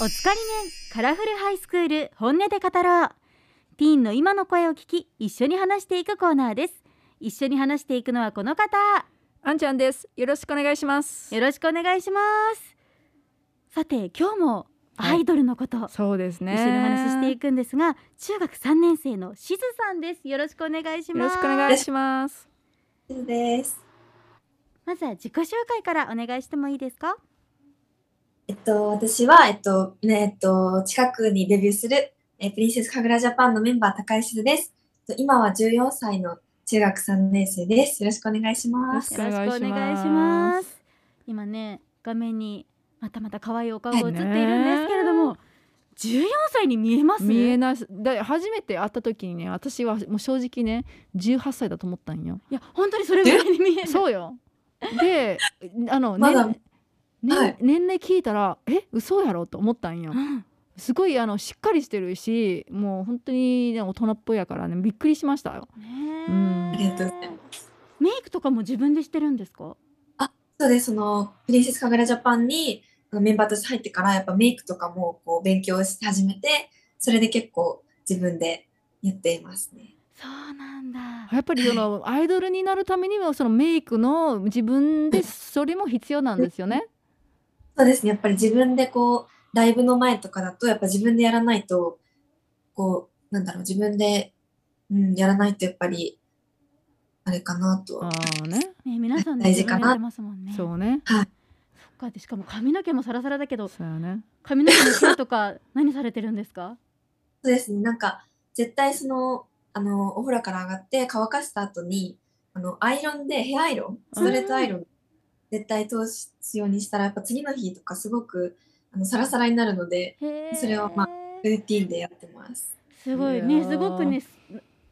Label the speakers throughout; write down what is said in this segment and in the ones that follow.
Speaker 1: おつかり面カラフルハイスクール本音で語ろうティーンの今の声を聞き一緒に話していくコーナーです一緒に話していくのはこの方
Speaker 2: あんちゃんです。よろしくお願いします。
Speaker 1: よろしくお願いしますさて今日もア
Speaker 2: はい
Speaker 1: イドルのこと、
Speaker 2: そうですね。
Speaker 1: 一緒にお話ししていくんですが中学3年生のしずさんですよろしくお願いし
Speaker 2: よ
Speaker 1: ま
Speaker 2: ろし
Speaker 1: す
Speaker 2: くお願いします。
Speaker 3: です。
Speaker 1: まずは自己紹介からお願いしてもいいですか
Speaker 3: えっと、私は、えっと、ね、えっと、近くにデビューする、えープリンセス神楽ジャパンのメンバー、高井すずです。えっと今は14歳の中学3年生です。よろしくお願いします。
Speaker 1: よ
Speaker 2: よろ
Speaker 1: ろしく
Speaker 2: しく
Speaker 1: お
Speaker 2: お
Speaker 1: 願
Speaker 2: 願
Speaker 1: い
Speaker 2: い
Speaker 1: し
Speaker 2: し
Speaker 1: ま
Speaker 2: ますす
Speaker 1: 今ね画面にまたまた可愛いお顔が映っているんですけれども、14歳に見えます
Speaker 2: 見えない。だ初めて会った時にね、私はもう正直ね、18歳だと思ったんよ。
Speaker 1: いや本当にそれぐらいに見える
Speaker 2: そうよ。で、あの、
Speaker 3: まだ
Speaker 2: ねね
Speaker 3: はい
Speaker 2: 年齢聞いたら、え、嘘やろと思ったんよ
Speaker 1: う。ん
Speaker 2: すごいあのしっかりしてるし、もう本当に、ね、大人っぽいやからね、びっくりしましたよ。
Speaker 1: ねえ
Speaker 2: うんあ
Speaker 3: りがとうございます。
Speaker 1: メイクとかも自分でしてるんですか
Speaker 3: そうです。その、プリンセス神楽ジャパンにあのメンバーとして入ってから、やっぱメイクとかもこう勉強し始めて、それで結構自分でやっていますね。
Speaker 1: そうなんだ
Speaker 2: やっぱりそのアイドルになるためにはそのメイクの自分でそれも必要なんですよね。
Speaker 3: そうですね。やっぱり自分でこう、ライブの前とかだと、やっぱ自分でやらないと、こう、なんだろう、自分で、うん、やらないとやっぱり、あれかなと。
Speaker 2: あ
Speaker 3: は
Speaker 2: あね。
Speaker 1: ね皆さんね
Speaker 3: 大事
Speaker 1: 自
Speaker 3: か
Speaker 1: 分で
Speaker 3: な
Speaker 1: やってますもんね
Speaker 2: そうね。
Speaker 1: そっかでしかも髪の毛もサラサラだけど
Speaker 2: そうよね。
Speaker 1: 髪の毛の毛とか 何されてるんですか
Speaker 3: そうですね。なんか、絶対その、あの、お風呂から上がって乾かした後に、あの、アイロンで、ヘアアイロン、ストレートアイロン、絶対通すようにしたら、やっぱ次の日とかすごく、あの、サラサラになるので、
Speaker 1: へえ
Speaker 3: それはまあルーティンでやってます。
Speaker 1: すごい
Speaker 2: い
Speaker 1: ね
Speaker 2: やー
Speaker 1: すごくねす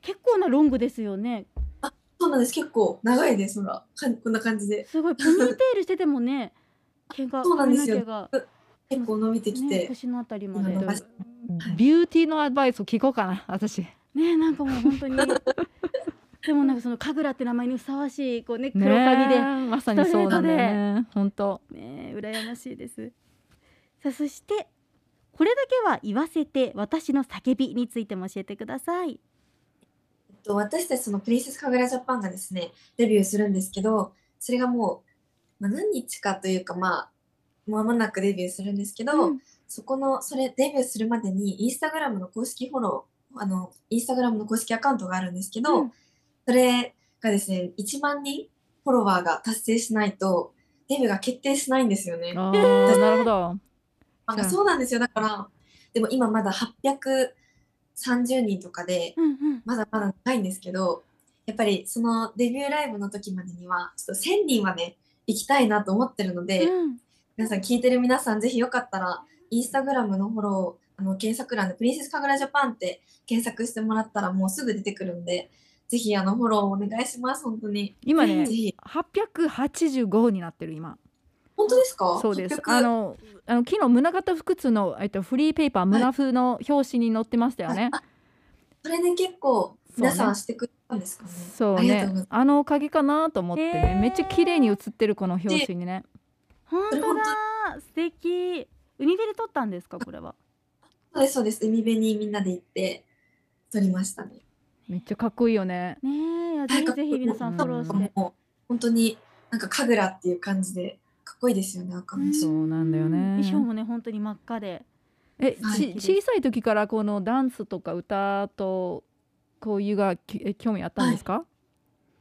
Speaker 1: 結構なロングですよね
Speaker 3: そうなんです。結構長いです。ほら、かこんな感じで。
Speaker 1: すごいポニーテールしててもね毛が
Speaker 3: そうなんですよ
Speaker 1: 髪の毛が、
Speaker 3: 結構伸びてき
Speaker 1: ね、
Speaker 3: て。
Speaker 1: 腰のあたりまで
Speaker 3: 伸ばし
Speaker 2: ビューティーのアドバイスを聞こうかな、私。
Speaker 1: ねなんかもう本当にでもなんかその神楽って名前にふさわしいこうね黒髪で
Speaker 2: ねえまさにそうなんだよね。本当。
Speaker 1: ねえ羨ましいですさあそしてこれだけは言わせて私の叫びについても教えてください
Speaker 3: えっと私たちそのプリンセス神楽ジャパンがですねデビューするんですけどそれがもう、まあ、何日かというかまあ間もなくデビューするんですけど、
Speaker 1: うん
Speaker 3: そこのそれデビューするまでにインスタグラムの公式フォローあのインスタグラムの公式アカウントがあるんですけど、
Speaker 1: うん
Speaker 3: それがですね1万人フォロワーが達成しないとデビューが決定しないんですよね。
Speaker 2: ああ、なるほど。
Speaker 3: なんか
Speaker 2: そう
Speaker 3: そうなんですよだからでも今まだ830人とかで、
Speaker 1: うんうん
Speaker 3: まだまだ長いんですけど、やっぱりそのデビューライブの時までには、ちょっと1000人はね、行きたいなと思ってるので、
Speaker 1: うん
Speaker 3: 皆さん聞いてる皆さん、ぜひよかったら、インスタグラムのフォロー、あの検索欄で、プリンセスかぐらジャパンって検索してもらったら、もうすぐ出てくるんで、ぜひあのフォローお願いします、本当に。
Speaker 2: 今ね
Speaker 3: ぜ、ひ。
Speaker 2: 885になってる今。
Speaker 3: 本当ですか
Speaker 2: そうです。
Speaker 3: 800
Speaker 2: あの、あの昨日宗像福津のえっとフリーペーパー宗風の表紙に載ってましたよね。
Speaker 3: それで結構、
Speaker 2: そうね
Speaker 3: 皆さんしてくれたんですかね。
Speaker 2: そう
Speaker 3: ありがとうござ
Speaker 2: ね
Speaker 3: い。
Speaker 2: あのおかげかなと思って
Speaker 1: へ
Speaker 2: ね。
Speaker 1: え
Speaker 2: めっちゃ綺麗に写ってるこの表紙にね。
Speaker 1: 本当
Speaker 3: それ本
Speaker 1: だ素敵海辺で撮ったんですかこれは
Speaker 3: そうです、そうです。海辺にみんなで行って、撮りましたね。
Speaker 2: めっちゃかっこいいよね。
Speaker 1: ねえいやぜひぜひ皆さんフォロー
Speaker 3: なんか
Speaker 1: して
Speaker 3: もう本当になんか神楽っていう感じでかっこいいですよね赤の
Speaker 2: そ
Speaker 3: 人
Speaker 2: うなんだよね
Speaker 1: 衣装もね本当に真っ赤で
Speaker 2: え、
Speaker 3: はい
Speaker 2: ち小さい時からこのダンスとか歌とこういうがきえ興味あったんですか？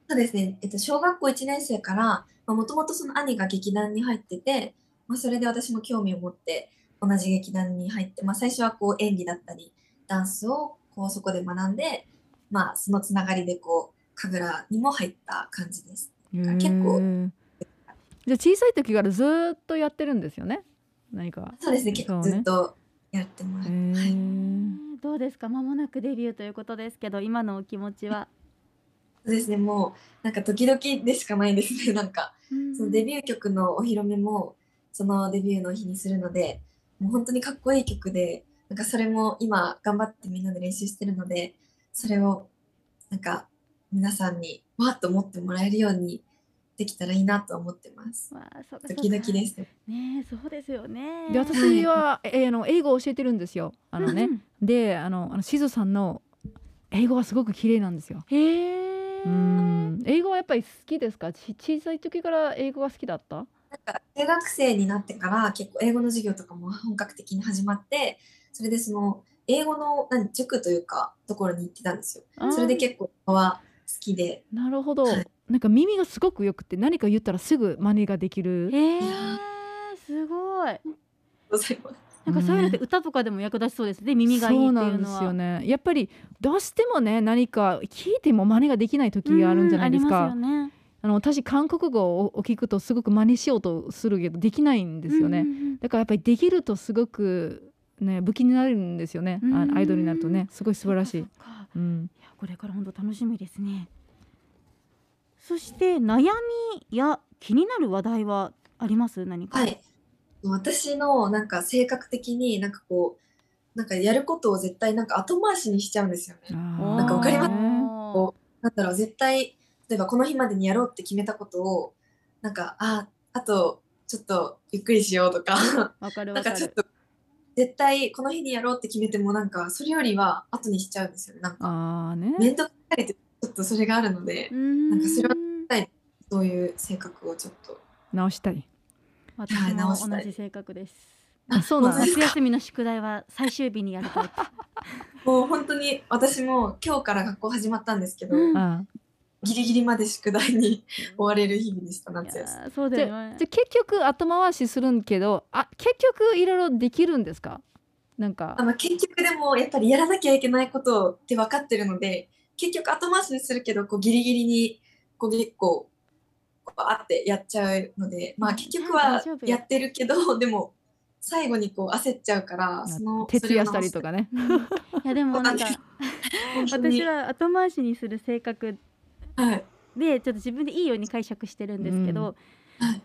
Speaker 3: そうですね、えっと、小学校1年生からもともとその兄が劇団に入ってて、まあ、それで私も興味を持って同じ劇団に入って、まあ、最初はこう演技だったりダンスをこうそこで学んで、まあ、そのつながりでこう神楽にも入った感じです
Speaker 2: へえ
Speaker 3: 結構
Speaker 2: じゃあ小さい時からずーっとやってるんですよね。何か。
Speaker 3: そうですね結構
Speaker 2: そう
Speaker 3: ず
Speaker 2: ね
Speaker 3: っとやってます、
Speaker 2: へえ
Speaker 3: はい、
Speaker 1: ねえどうですか間もなくデビューということですけど今のお気持ちは、
Speaker 3: そうですねもうなんか時々でしかないですねなんかそのデビュー曲のお披露目もそのデビューの日にするのでもう本当にかっこいい曲でなんかそれも今頑張ってみんなで練習してるのでそれをなんか皆さんにわーっと思ってもらえるようにできたらいいなと思ってます。
Speaker 1: わあ、そうかそ
Speaker 3: ド
Speaker 1: うか
Speaker 3: キドキです。
Speaker 1: ねえ、そうですよね。
Speaker 2: で私は、えあの英語を教えてるんですよあ
Speaker 1: あ
Speaker 2: のね。であのあのしずさんの英語はすごく綺麗なんですよ
Speaker 1: へえ。
Speaker 2: うん英語はやっぱり好きですかち小さい時から英語が好きだった
Speaker 3: なんか中学生になってから結構英語の授業とかも本格的に始まってそれでその英語の何塾というかところに行ってたんですよ。
Speaker 2: あー
Speaker 3: それで結構英語は好きで
Speaker 2: なるほど
Speaker 3: はい
Speaker 2: なんか耳がすごく良くて何か言ったらすぐ真似ができる
Speaker 1: へえ。すごい。
Speaker 3: ございます。
Speaker 1: なんかそういうのって歌とかでも役立ちそうですね。耳がいいっていうのは。
Speaker 2: そうなんですよねやっぱりどうしてもね何か聞いても真似ができない時があるんじゃないですか、
Speaker 1: うんありますよね。
Speaker 2: あの私韓国語をを聞くとすごく真似しようとするけどできないんですよね、
Speaker 1: うんうんうん
Speaker 2: だからやっぱりできるとすごくね武器になるんですよね、あ
Speaker 1: うん
Speaker 2: アイドルになるとねすごい素晴らしい
Speaker 1: そっ、かそっか
Speaker 2: うん、
Speaker 1: いやこれから本当楽しみですね。そして悩みや気になる話題はあります何か。
Speaker 3: はい。私のなんか性格的になんかこうなんかやることを絶対なんか後回しにしちゃうんですよね。
Speaker 2: なん
Speaker 3: かわかりますこなんだろう絶対例えばこの日までにやろうって決めたことをなんかああとちょっとゆっくりしようとか
Speaker 1: わかるわ
Speaker 3: なんか
Speaker 1: か
Speaker 3: ちょっ
Speaker 1: る。
Speaker 3: と絶対この日にやろうって決めてもなんかそれよりは後にしちゃうんですよねなんか
Speaker 2: あーね
Speaker 3: 面倒くさいってちょっとそれがあるので
Speaker 1: な
Speaker 3: なんかそれはそういう性格をちょっと
Speaker 2: 直したり
Speaker 1: 私
Speaker 3: 直
Speaker 1: も
Speaker 3: した
Speaker 1: 同
Speaker 3: い
Speaker 1: じ性格です。
Speaker 2: あそうなん
Speaker 3: 本当です
Speaker 1: 夏休みの宿題は最終日にやるタイプ。
Speaker 3: もう本当に私も今日から学校始まったんですけど、
Speaker 1: うん
Speaker 2: あ
Speaker 3: ギリギリまで宿題に追われる日々でした
Speaker 1: い
Speaker 3: 夏
Speaker 1: や
Speaker 3: 休み
Speaker 1: ーそうだよね
Speaker 2: ーじゃあ結局後回しするんけどあ結局いろいろできるんですかなんか
Speaker 3: あの結局でもやっぱりやらなきゃいけないことって分かってるので結局後回しにするけどこうギリギリにこう結構バーってやっちゃうのでま
Speaker 1: う
Speaker 3: あ
Speaker 1: ん
Speaker 3: 結局
Speaker 1: 大
Speaker 3: は
Speaker 1: 丈夫よ
Speaker 3: やってるけど でも最後にこう焦っちゃうからその
Speaker 2: 徹夜したりとかね
Speaker 1: うんいやでもなんか私
Speaker 3: 私は、
Speaker 1: は後回しにする性格
Speaker 3: はい
Speaker 1: でちょっと自分でいいように解釈してるんですけど、
Speaker 3: はい、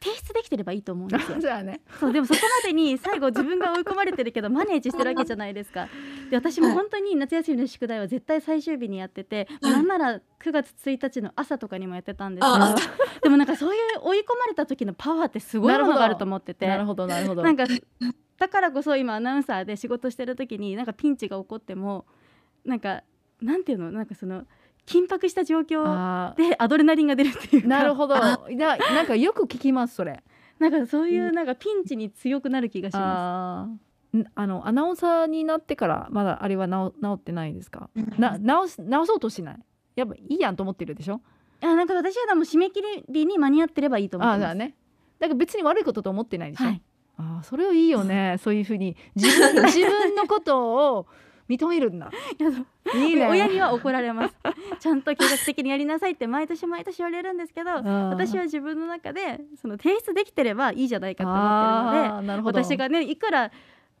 Speaker 1: 提出できてればいいと思うん ですよ
Speaker 2: そうだね
Speaker 1: そうでもそこまでに最後自分が追い込まれてるけどマネージしてるわけじゃないですかで私も本当に夏休みの宿題は絶対最終日にやってて、もうなんなら9月1日の朝とかにもやってたんですけ
Speaker 3: あ
Speaker 1: どでもなんかそういう追い込まれた時のパワーってすごいものがあると思ってて
Speaker 2: なるほどなるほど
Speaker 1: なんか だからこそ今アナウンサーで仕事してる時になんかピンチが起こってもなんかなんていうのなんかその緊迫した状況
Speaker 2: あ
Speaker 1: でアドレナリンが出るっていう
Speaker 2: ー
Speaker 1: か
Speaker 2: なるほどななんかよく聞きますそれ
Speaker 1: なんかそういうなんかピンチに強くなる気がしま
Speaker 2: あーんあのアナウンサーになってからまだあれは治治ってないですかな直す直そうとしないやっぱいいやんと思ってるでしょ
Speaker 1: す。あなんか私はでも締め切りに間に合ってればいいと思
Speaker 2: あ
Speaker 1: って
Speaker 2: あだ
Speaker 1: ま
Speaker 2: から
Speaker 1: す。
Speaker 2: ねだから別に悪いことと思ってないでしょ、
Speaker 1: はい。
Speaker 2: ああそれはいいよねそういうふうに自分 自分のことを認めるんだ
Speaker 1: いやそう
Speaker 2: いいね
Speaker 1: 親には怒られます。ちゃんと計画的にやりなさいって毎年毎年言われるんですけど、私
Speaker 2: 私
Speaker 1: は自分の中でその提出できてればいいじゃないかと思ってるので
Speaker 2: あ。あなるほど
Speaker 1: 私がねいくら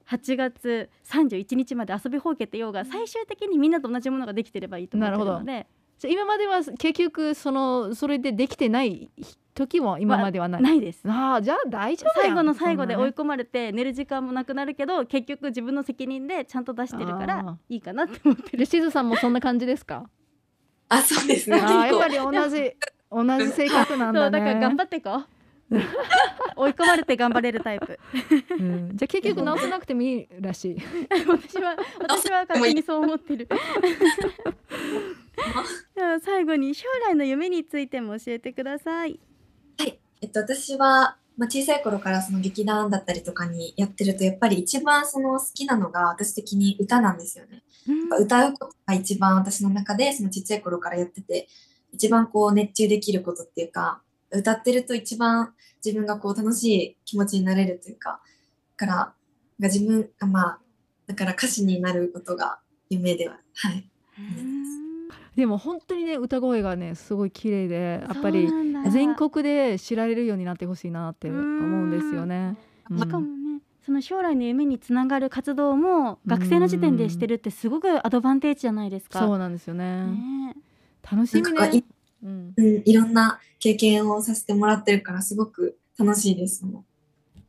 Speaker 1: 8月31日まで遊びほうけてようが最終的にみんなと同じものができてればいいと思ってるので
Speaker 2: じゃあ今までは結局そのそれでできてない時も今まではない、
Speaker 1: ないです
Speaker 2: ああじゃあ大丈夫やん
Speaker 1: 最後の最後で
Speaker 2: そんな
Speaker 1: 追い
Speaker 2: ね
Speaker 1: 込まれて寝る時間もなくなるけど結局自分の責任でちゃんと出してるか
Speaker 2: あ
Speaker 1: ら
Speaker 2: ー
Speaker 1: いいかなって思ってる
Speaker 2: ルシズさんもそんな感じですか
Speaker 3: あそうです
Speaker 2: あ
Speaker 3: ね
Speaker 2: あ
Speaker 3: 結構
Speaker 2: ーやっぱり同じ同じ性格な
Speaker 1: そ
Speaker 2: ん
Speaker 1: う
Speaker 2: だ
Speaker 1: だ
Speaker 2: ね
Speaker 1: から頑張っていこ う追い込まれて頑張れるタイプ
Speaker 2: うんじゃあ結局直さなくてもいいらしい
Speaker 1: 私は私は勝手にそう思ってるでは最後に将来の夢についても教えてください
Speaker 3: はい、えっと、私は、まあ、小さい頃からその劇団だったりとかにやってるとやっぱり一番その好きなのが私的に歌なんですよね。やっぱ歌うことが一番私の中でそのちっちゃい頃からやってて一番こう熱中できることっていうか歌ってると一番自分がこう楽しい気持ちになれるというかだからなんか自分がまあだから歌手になることが夢でははい。
Speaker 2: でも本当にね歌声がねすごい綺麗でやっぱり
Speaker 1: そうなんだ
Speaker 2: 全国で知られるようになってほしいなって思うんですよね。うん
Speaker 1: しかもねその将来の夢につながる活動も学生の時点でしてるってすごくアドバンテージじゃないですか。
Speaker 2: そうなんですよね。
Speaker 1: ね
Speaker 2: 楽しみ
Speaker 3: なんか
Speaker 2: ね
Speaker 3: い。
Speaker 2: うん、
Speaker 3: うん、いろんな経験をさせてもらってるからすごく楽しいですも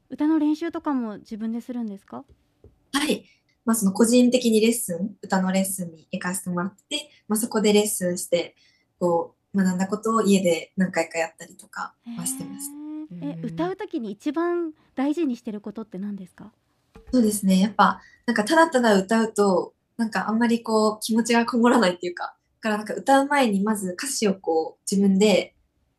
Speaker 3: う
Speaker 1: 歌の練習とかも自分でするんですか？
Speaker 3: はい。まあ、その個人的にレッスン、歌のレッスンに行かせてもらってて、まあ、そこでレッスンして、こう、学んだことを家で何回かやったりとか
Speaker 1: へー
Speaker 3: はしてます。
Speaker 1: え
Speaker 2: うん
Speaker 1: 歌う時に一番大事にしてることって何ですか
Speaker 3: そうですね。やっぱ、なんかただただ歌うと、なんかあんまりこう気持ちがこもらないっていうか、だからなんか歌う前にまず歌詞をこう自分で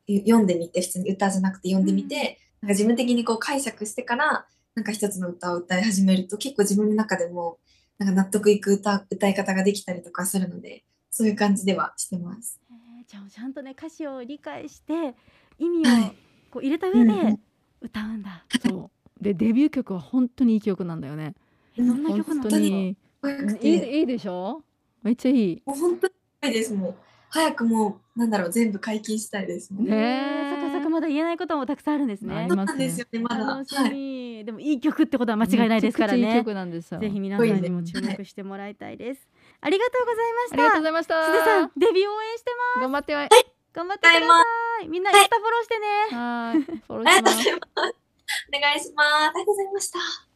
Speaker 3: ゆ読んでみて、普通に歌じゃなくて読んでみて、なんか自分的にこう解釈してから、なんか一つの歌を歌い始めると結構自分の中でも、なんか納得いく歌、歌い方ができたりとかするので、そういう感じではしてます。
Speaker 1: えーじゃあちゃんとね歌詞を理解して意味を
Speaker 3: はい
Speaker 1: こう入れた上で
Speaker 3: うんうん
Speaker 1: 歌うんだ。
Speaker 2: そうでデビュー曲は本当にいい曲なんだよね。
Speaker 1: えどんな曲な
Speaker 2: 本
Speaker 1: の
Speaker 2: 当
Speaker 1: かな？
Speaker 2: に
Speaker 3: かっこよく
Speaker 2: いい
Speaker 3: て
Speaker 2: いいでしょめっちゃいい。
Speaker 3: もう本当にいいです、もう。早くもう、なんだろう、全部解禁したいです。もう
Speaker 2: ね
Speaker 1: えーそっかそっかまだ言えないこともたくさんあるんです
Speaker 2: あ
Speaker 1: ね
Speaker 2: り
Speaker 3: そ。う
Speaker 2: ま
Speaker 3: なんですよね、まだ。
Speaker 1: 楽し
Speaker 3: はい。
Speaker 1: み、でもいい曲ってことは間違いないですから
Speaker 2: めちゃくちゃいい
Speaker 1: ね。
Speaker 2: 曲なんですよ。
Speaker 1: ぜひ皆さんにも注目してもらいたいです。ありがとうござい
Speaker 2: あり
Speaker 1: ま
Speaker 2: が
Speaker 1: し
Speaker 2: と
Speaker 1: た
Speaker 2: うご。ざいました。
Speaker 1: すずさんデビュー応援してま
Speaker 2: 頑張っては
Speaker 1: す。頑張ってください。みんなインスタフォローしてね。
Speaker 2: はい。フォロー
Speaker 3: あ
Speaker 2: します
Speaker 3: りがとうございます。お願いします。ありがとうございました。